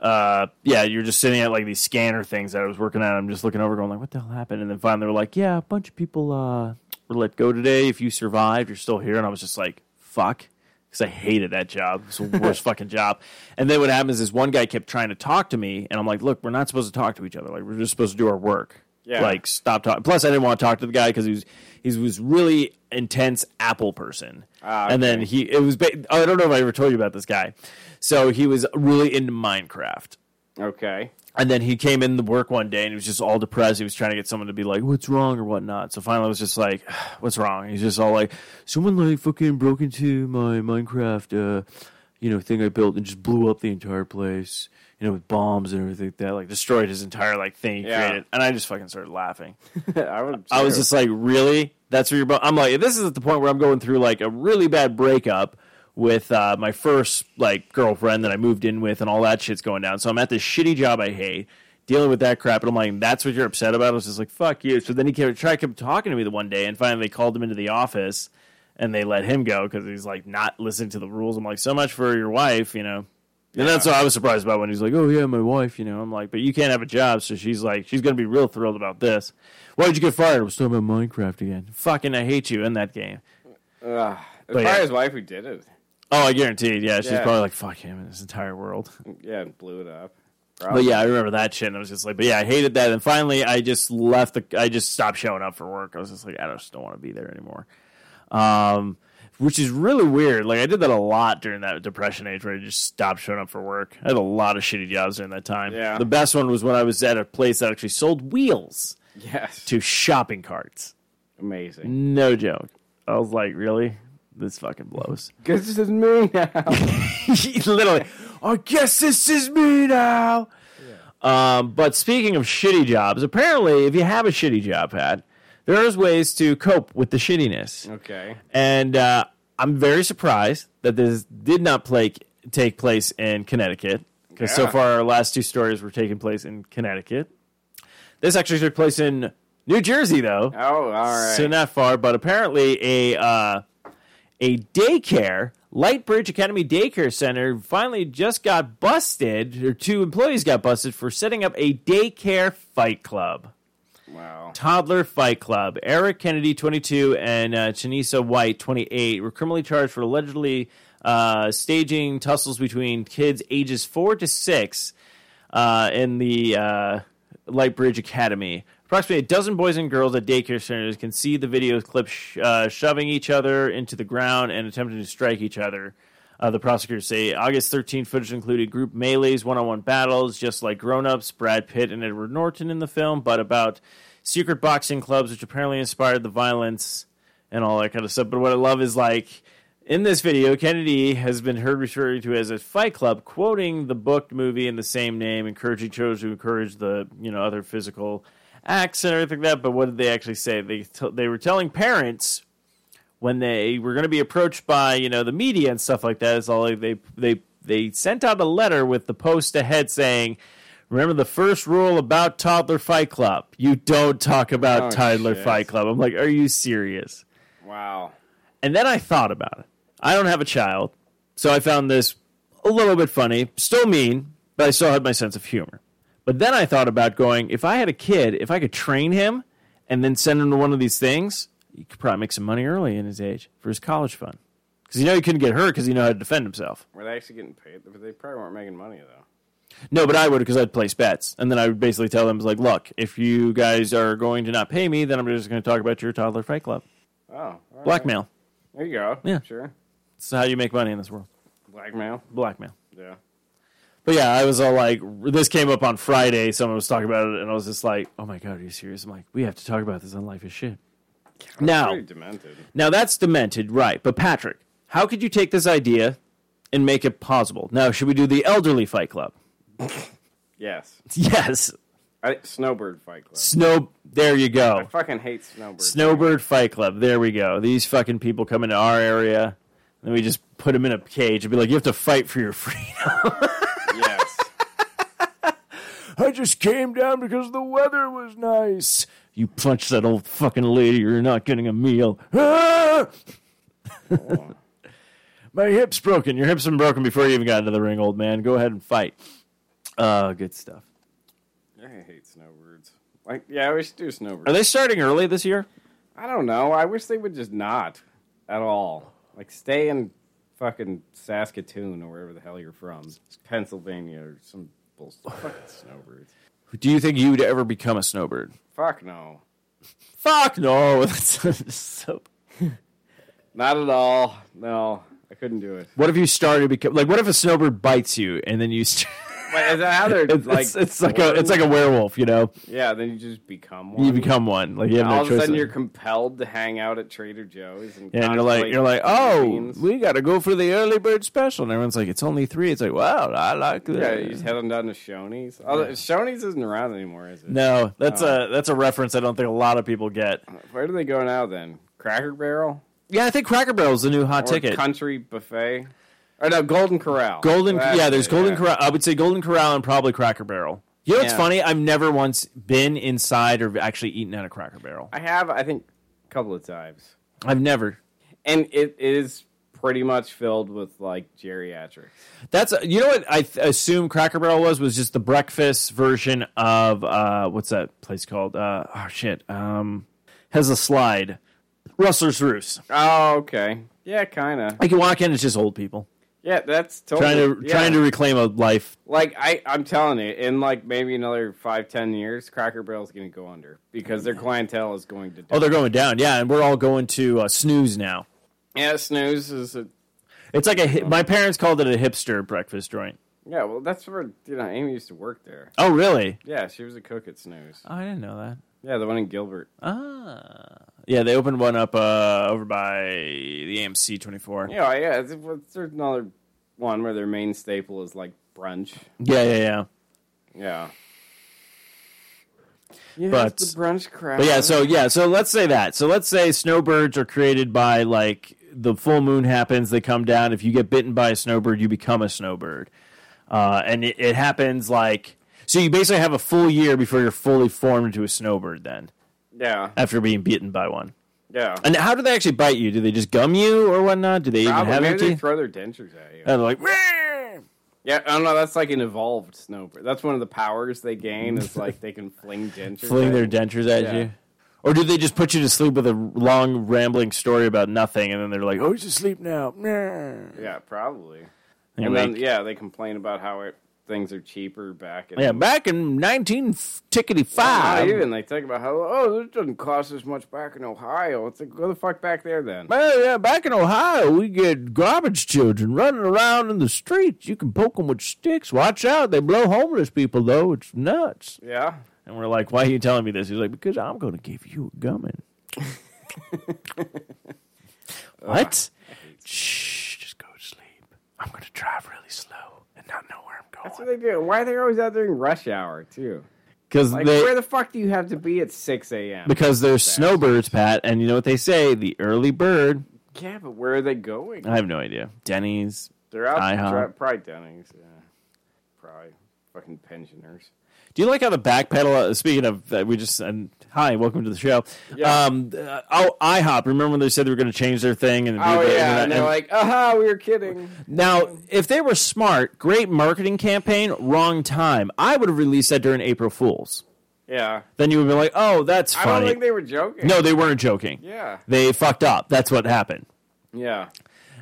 uh yeah you're just sitting at like these scanner things that i was working at i'm just looking over going like what the hell happened and then finally they were like yeah a bunch of people uh were let go today if you survived you're still here and i was just like fuck because i hated that job it's the worst fucking job and then what happens is one guy kept trying to talk to me and i'm like look we're not supposed to talk to each other like we're just supposed to do our work Yeah. like stop talking plus i didn't want to talk to the guy because he was he was really intense apple person Ah, and then he it was ba- i don't know if i ever told you about this guy so he was really into minecraft Okay. and then he came in the work one day and he was just all depressed. He was trying to get someone to be like, "What's wrong?" or whatnot. So finally, I was just like, "What's wrong?" He's just all like, "Someone like fucking broke into my Minecraft, uh, you know, thing I built and just blew up the entire place, you know, with bombs and everything like that, like destroyed his entire like thing he Yeah. created." And I just fucking started laughing. I would. I was too. just like, really? That's where you're. bu- I'm like, this is at the point where I'm going through like a really bad breakup with uh, my first like girlfriend that I moved in with, and all that shit's going down. So I'm at this shitty job I hate, dealing with that crap, and I'm like, that's what you're upset about. I was just like, fuck you. So then he kept tried kept talking to me the one day, and finally they called him into the office, and they let him go because he's like not listening to the rules. I'm like, so much for your wife, you know. And that's what I was surprised about when he's like, "Oh yeah, my wife," you know. I'm like, "But you can't have a job," so she's like, "She's gonna be real thrilled about this." Why did you get fired? I was talking about Minecraft again. Fucking, I hate you in that game. Ugh. It's But probably yeah. his wife who did it. Oh, I guaranteed. Yeah, she's Yeah. probably like, "Fuck him and his entire world." Yeah, and blew it up. But Probably. Oh, yeah, I remember that shit. And I was just like, "But yeah, I hated that." And finally, I just left. The I just stopped showing up for work. I was just like, "I just don't want to be there anymore." Um, which is really weird. Like I did that a lot during that depression age where I just stopped showing up for work. I had a lot of shitty jobs during that time. Yeah. The best one was when I was at a place that actually sold wheels Yes. to shopping carts. Amazing. No joke. I was like, really? This fucking blows. This is me now. He literally, I guess this is me now. Um, but speaking of shitty jobs, apparently, if you have a shitty job, Pat, there's ways to cope with the shittiness. Okay. And uh, I'm very surprised that this did not play, take place in Connecticut, because so Yeah. far our last two stories were taking place in Connecticut. This actually took place in New Jersey, though. Oh, all right. So not far, but apparently a uh, a daycare, Lightbridge Academy Daycare Center, finally just got busted, or two employees got busted for setting up a daycare fight club, wow. toddler fight club. Eric Kennedy, 22, and uh, Chanisa White, 28, were criminally charged for allegedly uh, staging tussles between kids ages four to six. uh, in the uh, Lightbridge Academy. Approximately a dozen boys and girls at daycare centers can see the video clip sh- uh, shoving each other into the ground and attempting to strike each other. Uh, the prosecutors say August 13 footage included group melees, one on one battles, just like grown ups, Brad Pitt and Edward Norton in the film, but about secret boxing clubs, which apparently inspired the violence and all that kind of stuff. But what I love is like in this video, Kennedy has been heard referring to as a fight club, quoting the book movie in the same name, encouraging children to encourage the you know other physical acts and everything like that. But what did they actually say? They t- they were telling parents when they were going to be approached by you know the media and stuff like that. Is all they- they they they sent out a letter with the post ahead saying. Remember the first rule about Toddler Fight Club. You don't talk about Oh, Toddler shit. Fight Club. I'm like, are you serious? Wow. And then I thought about it. I don't have a child, so I found this a little bit funny, still mean, but I still had my sense of humor. But then I thought about going, if I had a kid, if I could train him and then send him to one of these things, he could probably make some money early in his age for his college fund. Because you know he couldn't get hurt because he know how to defend himself. Were they actually getting paid? But They probably weren't making money though. No, but I would because I'd place bets, and then I would basically tell them like, "Look, if you guys are going to not pay me, then I'm just going to talk about your toddler fight club Oh, all right. blackmail." There you go. Yeah. sure. It's how you make money in this world, Blackmail. blackmail. Yeah. But yeah, I was all like, this came up on Friday. Someone was talking about it, and I was just like, oh my god, are you serious? I'm like, we have to talk about this on Life is Shit. Now, Pretty demented. now that's demented, right? But Patrick, how could you take this idea and make it possible? Now, should we do the elderly Fight Club? Yes. Yes, I, Snowbird Fight Club. Snow. There you I go. fucking hate Snowbird. Snowbird Fight Club. There we go. These fucking people come into our area, and we just put them in a cage and be like, you have to fight for your freedom. yes. I just came down because the weather was nice. You punch that old fucking lady, you're not getting a meal. Ah! My hip's broken. Your hip's been broken before you even got into the ring, old man. Go ahead and fight. Uh, good stuff. I hate snowbirds. Like, yeah, we should do snowbirds. Are they starting early this year? I don't know. I wish they would just not at all. Like, stay in fucking Saskatoon or wherever the hell you're from, Pennsylvania or some bullshit. fucking snowbirds. Do you think you would ever become a snowbird? Fuck no, Fuck no. That's so. not at all. No, I couldn't do it. What if you started become like? What if a snowbird bites you and then you? St- Wait, is that how they're it's, like? it's, it's like a it's like a werewolf. You know, yeah. Then you just become one. you become one. Like you have no all of choice a sudden in- you're compelled to hang out at Trader Joe's and, And you're like, contemplate you're like, oh, beans." we got to go for the early bird special, and everyone's like, it's only three. It's like, wow, I like that. yeah, you just head on down to Shoney's. Although Shoney's isn't around anymore, is it? no, that's Uh, a that's a reference I don't think a lot of people get. Where do they go now then? Cracker Barrel Yeah, I think Cracker Barrel's the new hot or ticket. Country Buffet? Or no, Golden Corral. Golden, That's yeah, there's it, Golden yeah. Corral. I would say Golden Corral and probably Cracker Barrel. You know what's Yeah. funny? I've never once been inside or actually eaten at a Cracker Barrel. I have, I think, a couple of times, I've never. and it is pretty much filled with like geriatrics. That's you know what I th- assume Cracker Barrel was was just the breakfast version of uh what's that place called? Uh, oh shit, um, has a slide, Rustler's Roost. Oh, okay. Yeah, kind of. Like you walk in, it's just old people Yeah, that's totally trying to yeah. trying to reclaim a life. Like I, I'm telling you, in like maybe another five, ten years, Cracker Barrel's going to go under because their clientele is going to. Die. Oh, they're going down, yeah, and we're all going to uh, snooze now. yeah, snooze is a It's like a hi- my parents called it a hipster breakfast joint. yeah. Well, that's where you know Amy used to work there. Oh, really? Yeah, she was a cook at snooze. Oh, I didn't know that. Yeah, the one in Gilbert. Ah, yeah, they opened one up uh over by the AMC twenty four. Yeah, Yeah, yeah. it's- it's- There's another one where their main staple is like brunch. yeah, yeah. Yeah. Yeah, But- it's the brunch crowd. But yeah, so yeah, so let's say that. So let's say snowbirds are created by like the full moon happens, they come down. If you get bitten by a snowbird, you become a snowbird, uh, and it, it happens like so. You basically have a full year before you're fully formed into a snowbird. Then yeah, after being bitten by one, yeah. and how do they actually bite you? Do they just gum you or whatnot? Do they even Probably, have maybe any they teeth? throw their dentures at you. And they're like, "Wah!" Yeah, I don't know. That's like an evolved snowbird. That's one of the powers they gain is like they can fling dentures. fling at their you. dentures at Yeah. you. Or do they just put you to sleep with a long rambling story about nothing, and then they're like, "Oh, he's asleep now." Meh. Yeah, probably. And And you're then like, yeah, they complain about how it things are cheaper back in Oh, Yeah, back in nineteen tickety Not five. even. They talk about how, oh, this doesn't cost as much back in Ohio. It's like, go the fuck back there then. Well, yeah, back in Ohio, we get garbage children running around in the streets. You can poke them with sticks. Watch out. They blow homeless people, though. It's nuts. Yeah. And we're like, why are you telling me this? He's like, because I'm going to give you a gumming. what? Shh, just go to sleep. I'm going to drive really slow and not know where I'm That's what going. they do. Why are they always out during rush hour, too? Because Like, they, where the fuck do you have to be at 6 a.m.? because they're snowbirds, Pat. And you know what they say? The early bird. yeah, but where are they going? I have no idea. Denny's. They're out IHOP. dri- probably Denny's. Yeah. Probably fucking pensioners. Do you like how the backpedal? Uh, speaking of, uh, we just and hi, welcome to the show. Yeah. Um, uh, oh, IHOP. Remember when they said they were going to change their thing? And Oh, yeah. And and- they're like, aha, we were kidding. now, if they were smart, great marketing campaign, wrong time. I would have released that during April Fools. Yeah. Then you would be like, oh, that's I funny. don't think they were joking. no, they weren't joking. Yeah. They fucked up. That's what happened. Yeah.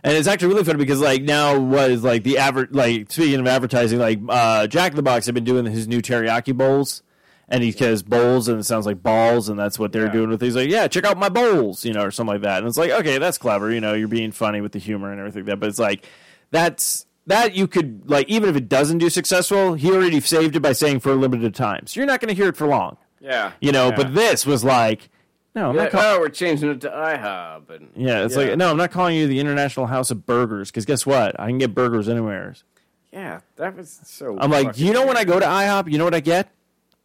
And it's actually really funny because like now what is like the average like speaking of advertising like uh, Jack in the Box have been doing his new teriyaki bowls and he says bowls and it sounds like balls and that's what they're Yeah. doing with it. he's like yeah check out my bowls you know or something like that and it's like okay that's clever you know you're being funny with the humor and everything like that but it's like that's that you could like even if it doesn't do successful he already saved it by saying for a limited time so you're not going to hear it for long Yeah. you know Yeah. but this was like no I'm They're not like, calling oh, we're changing it to IHOP. And, yeah, it's Yeah. like no, I'm not calling you the International House of Burgers because guess what? I can get burgers anywhere. yeah, that was so. I'm like, fucking you know, when I weird. go to IHOP, you know what I get?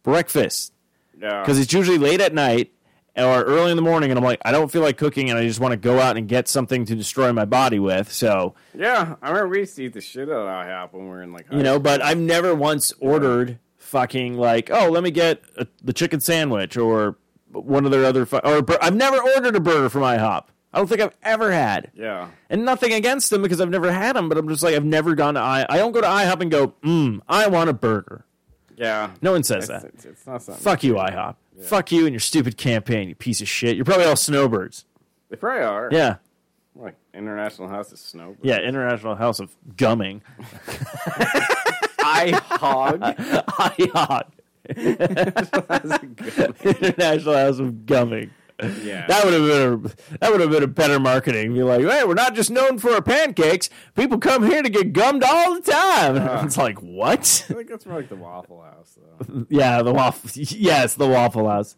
Breakfast Yeah. because it's usually late at night or early in the morning, and I'm like, I don't feel like cooking, and I just want to go out and get something to destroy my body with. So Yeah, I remember we used to eat the shit out of IHOP when we were in like high you know, school. but I've never once ordered fucking like, oh, let me get a, the chicken sandwich or one of their other fu- or a bur- I've never ordered a burger from IHOP. I don't think I've ever had. yeah, and nothing against them because I've never had them, but I'm just like I've never gone to I. I don't go to IHOP and go, mm, I want a burger. yeah, No one says it's, that. it's, it's not something. Fuck you, IHOP. Fuck you and your stupid campaign, you piece of shit. You're probably all snowbirds. They probably are. Yeah, like International House of Snow. yeah. International House of Gumming. I hog. IHOP. International House of Gumming. Yeah, That would have been a that would have been a better marketing. Be like, hey, we're not just known for our pancakes. People come here to get gummed all the time. it's like, what? I think that's more like the Waffle House though. Yeah, the waffle. Yes, the Waffle House.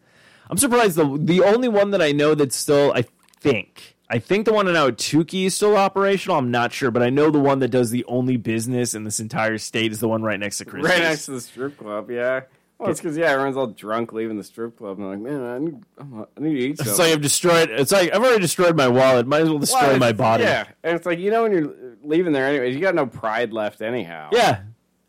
I'm surprised the the only one that I know that's still. I think I think the one in Aotuki is still operational. I'm not sure, but I know the one that does the only business in this entire state is the one right next to Christie's. right next to the strip club. Yeah. Well, it's because yeah, everyone's all drunk leaving the strip club, and they're like, man, I need, I'm- I need to eat something. It's like I've destroyed. It's like I've already destroyed my wallet. Might as well Well, destroy it's- my body. Yeah, and it's like you know when you're leaving there anyways, you got no pride left anyhow. Yeah.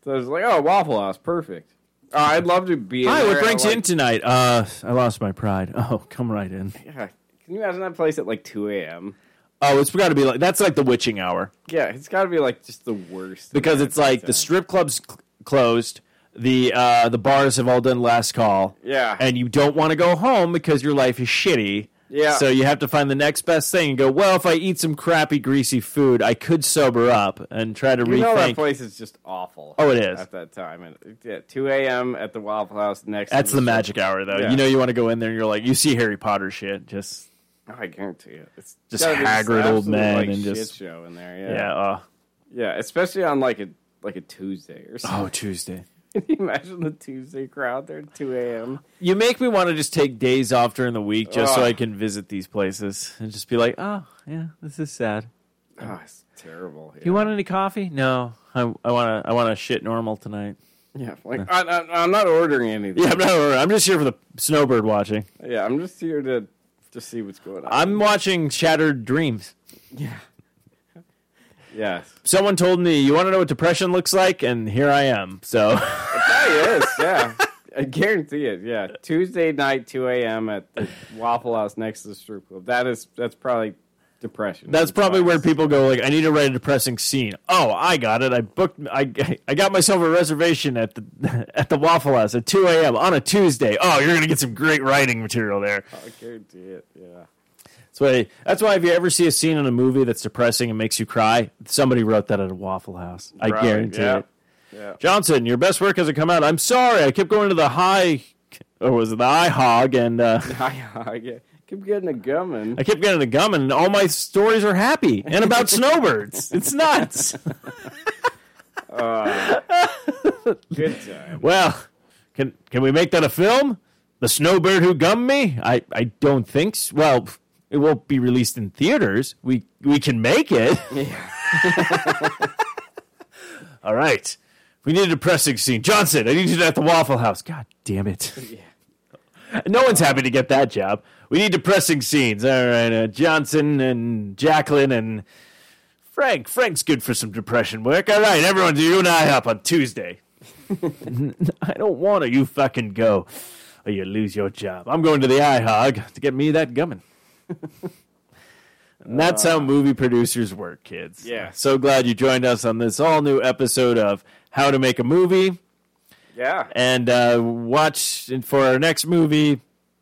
So it's like, oh, Waffle House, perfect. Oh, I'd love to be. in Hi, there what at, brings you like, in tonight? Uh, I lost my pride. Oh, come right in. Yeah. Can you imagine that place at like 2 a.m.? Oh, it's got to be like that's like the witching hour. Yeah, it's got to be like just the worst. because Yeah, it's like the done. strip clubs cl- closed the uh the bars have all done last call Yeah. and you don't want to go home because your life is shitty Yeah. so you have to find the next best thing and go well if i eat some crappy greasy food i could sober up and try to You know that rethink place is just awful. Oh, it is. at that time. And yeah, 2 a.m. at the Waffle House next. that's to the strip- magic hour though Yeah. you know you want to go in there and you're like you see harry potter shit just Oh, I guarantee it. It's Just gotta be this haggard old absolute, man like, and shit just- show in there. yeah, Yeah, uh, yeah, especially on like a like a Tuesday or something. oh tuesday Can you imagine the Tuesday crowd there at 2 a.m. you make me want to just take days off during the week just so Ugh. i can visit these places and just be like oh yeah this is sad Oh, it's terrible. Yeah, You want any coffee? No, I want to. I want to shit normal tonight. yeah like I, I, I'm not ordering anything. Yeah, I'm not. I'm just here for the snowbird watching. yeah, I'm just here to to see what's going on. I'm watching Shattered Dreams. yes. Someone told me you want to know what depression looks like, and here I am. So Yes, yeah. I guarantee it. Yeah, Tuesday night, two a.m. at the Waffle House next to the strip club. That is that's probably depression. that's probably where It's people go. Like, I need to write a depressing scene. Oh, I got it. I booked. I I got myself a reservation at the at the Waffle House at 2 a.m. on a Tuesday. Oh, you're gonna get some great writing material there. fine. I guarantee it. Yeah. That's why. That's why if you ever see a scene in a movie that's depressing and makes you cry, somebody wrote that at a Waffle House. I Probably, guarantee yeah. it. Yeah. Johnson, your best work hasn't come out. I'm sorry. I kept going to the high, or was it the high hog, and uh, I, I get, keep getting a gumming. I kept getting the gum, and all my stories are happy and about snowbirds. It's nuts. Good time. Well, can can we make that a film? The Snowbird Who Gummed Me? I, I don't think so. Well, it won't be released in theaters. We we can make it. All right. We need a depressing scene. Johnson, I need you at the Waffle House. God damn it. No one's happy to get that job. We need depressing scenes. All right. Uh, Johnson and Jacqueline and Frank. Frank's good for some depression work. All right. Everyone, do you and I up on Tuesday. I don't want to. You fucking go, or you lose your job. I'm going to the IHOG to get me that gummin. and that's how movie producers work, kids. Yeah. So glad you joined us on this all new episode of How to Make a Movie. Yeah. And uh, watch for our next movie,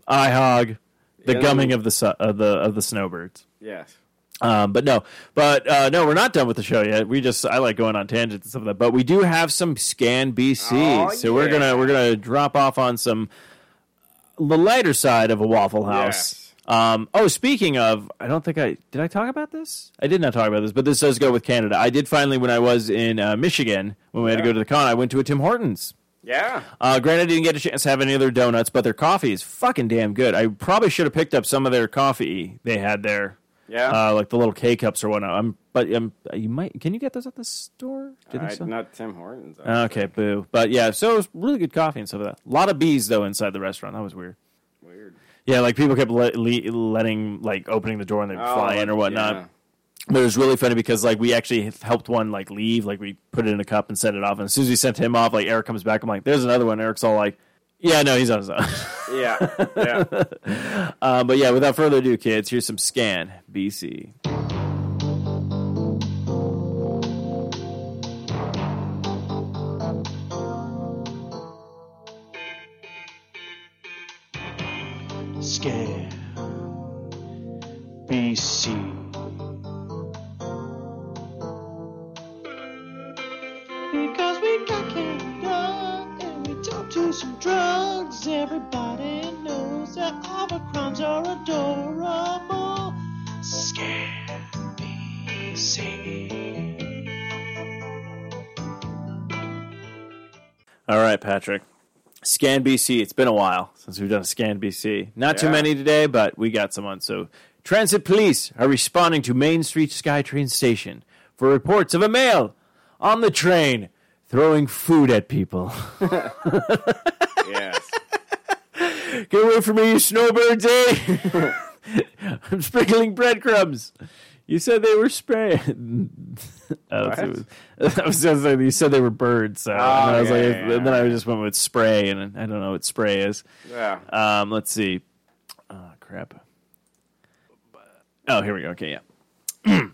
IHOG, the Yeah. gumming of the su- of the of the snowbirds. Yes. Um, but no, but uh, no, we're not done with the show yet. We just I like going on tangents and stuff like that. But we do have some scan BC, Oh, so we're yeah. gonna we're gonna drop off on some the lighter side of a Waffle House. Um, oh, speaking of, I don't think I did. I talk about this. I did not talk about this, but this does go with Canada. I did finally when I was in uh, Michigan when we had to Yeah. go to the con. I went to a Tim Hortons. Yeah. Uh, granted, I didn't get a chance to have any of their donuts, but their coffee is fucking damn good. I probably should have picked up some of their coffee they had there Yeah. uh, like the little K cups or whatnot. I'm, but um, you might can you get those at the store? Do you Uh, think I- so? Not Tim Hortons. I- Okay, boo. But yeah, so it was really good coffee and stuff like that. A lot of bees though inside the restaurant. That was weird. Weird. Yeah, like people kept le- le- letting like opening the door and they'd fly in or whatnot. Oh, yeah. But it was really funny because like we actually helped one like leave, like we put it in a cup and sent it off. And as soon as we sent him off, like Eric comes back. I'm like, there's another one. Eric's all like, yeah, no, he's on his own. Yeah. Yeah. uh, but yeah, without further ado, kids, here's some scan BC. Scan BC. Because we got carried on and we talked to some drugs. Everybody knows that all the crimes are adorable. Scan BC. All right, Patrick. Scan BC. It's been a while since we've done a Scan BC. Not too Yeah. many today, but we got some on. So, transit police are responding to Main Street SkyTrain station for reports of a male on the train throwing food at people. Yes. Get away from me, you snowbirds, eh? I'm sprinkling breadcrumbs. You said they were spray. I don't see what- I was just like, you said they were birds, so and then I was Oh, yeah, like, yeah, yeah. and then I just went with spray, and I don't know what spray is. Yeah. Um, let's see. Oh crap. Oh, here we go. Okay, yeah.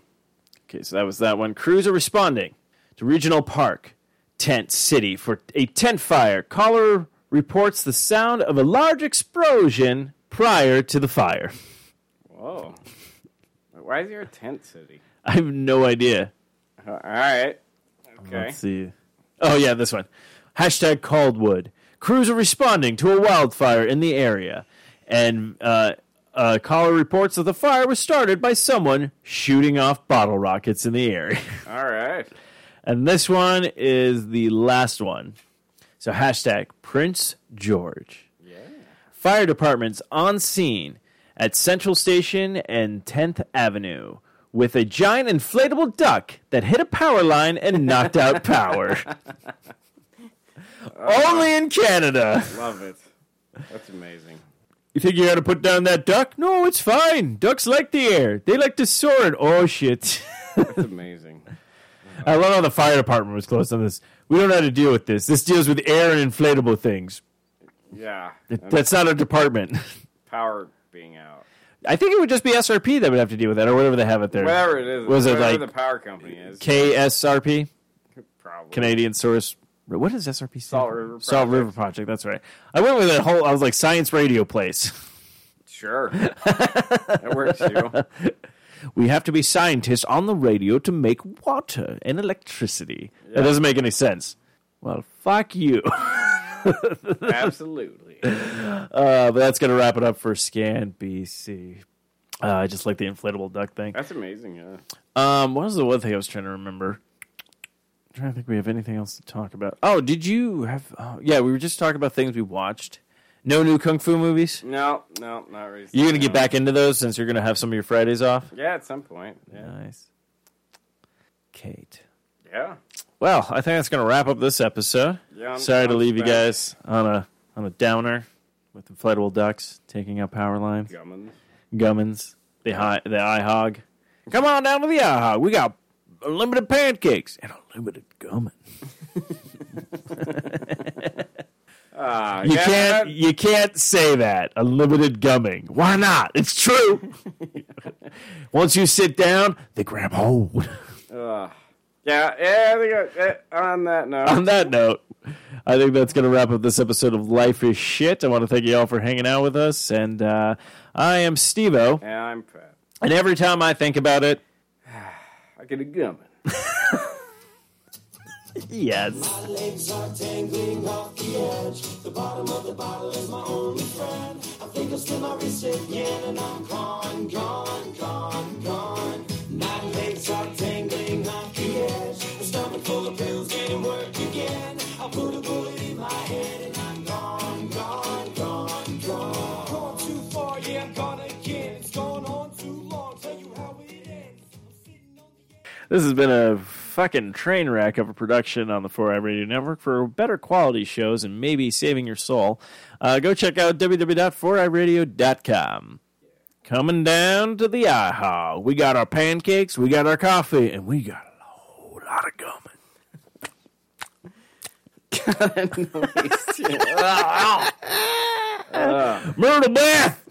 okay, so that was that one. Crews are responding to Regional Park, Tent City for a tent fire. Caller reports the sound of a large explosion prior to the fire. Whoa. Why is there a tent city? I have no idea. Uh, All right. Okay. Let's see. Oh yeah, this one. Hashtag Caldwood. Crews are responding to a wildfire in the area, and uh, uh, caller reports that the fire was started by someone shooting off bottle rockets in the area. All right. and this one is the last one. So hashtag Prince George. Yeah. Fire departments on scene at Central Station and 10th Avenue with a giant inflatable duck that hit a power line and knocked out power. Only in Canada. Love it. That's amazing. You think you gotta put down that duck? No, it's fine. Ducks like the air. They like to soar it. Oh shit. That's amazing. I love how the fire department was closed on this. We don't know how to deal with this. This deals with air and inflatable things. Yeah. And That's not a department. power being out. I think it would just be SRP that would have to deal with that, or whatever they have it there. Whatever it is. Was it whatever like the power company is? KSRP, probably. Canadian Source. What does SRP stand Salt for? River Salt Project. River Project. That's right. I went with that whole. I was like science radio place. Sure. that works too. We have to be scientists on the radio to make water and electricity. That doesn't make any sense. Well, fuck you. Absolutely. Uh, but that's going to wrap it up for Scan BC. Uh, I just like the inflatable duck thing. That's amazing, yeah. Um, what was the one thing I was trying to remember? I'm trying to think, if we have anything else to talk about? Oh, did you have? Oh, yeah, we were just talking about things we watched. No new kung fu movies. No, no, not really. You're gonna No. get back into those since you're gonna have some of your Fridays off. Yeah, at some point. Yeah. Nice, Kate. Yeah. Well, I think that's gonna wrap up this episode. Yeah, I'm- Sorry to I'm leave you back. guys on a on a downer with inflatable ducks taking out power lines, Gummins. gummins, the high, the eye hog. Come on down to the eye hog. We got unlimited pancakes and unlimited gummin. Ah, You yeah, can't that- you can't say that. Unlimited gumming. Why not? It's true. Once you sit down, they grab hold. ugh. yeah, yeah, I think I, eh, on that note. On that note, I think that's going to wrap up this episode of Life is Shit. I want to thank you all for hanging out with us. And uh, I am Steve O. yeah, I'm fat. And every time I think about it, I get a gummin. yes. My legs are tangling off the edge. The bottom of the bottle is my only friend. I think I'll slit my wrist again, and I'm gone, gone, gone, gone. My legs are tangling off the edge. A stomach full of pills didn't work again. I put a bullet in my head, and I'm gone, gone, gone, gone. Gone too far, yeah, I'm gone again. It's gone on too long. Tell you how it ends. I'm sitting on the edge. This has been a fucking train wreck of a production on the 4i Radio Network. For better quality shows and maybe saving your soul, uh, go check out www.4iradio.com. Coming down to the IHOG, we got our pancakes, we got our coffee, and we got a whole lot of gum. Myrtle Beth!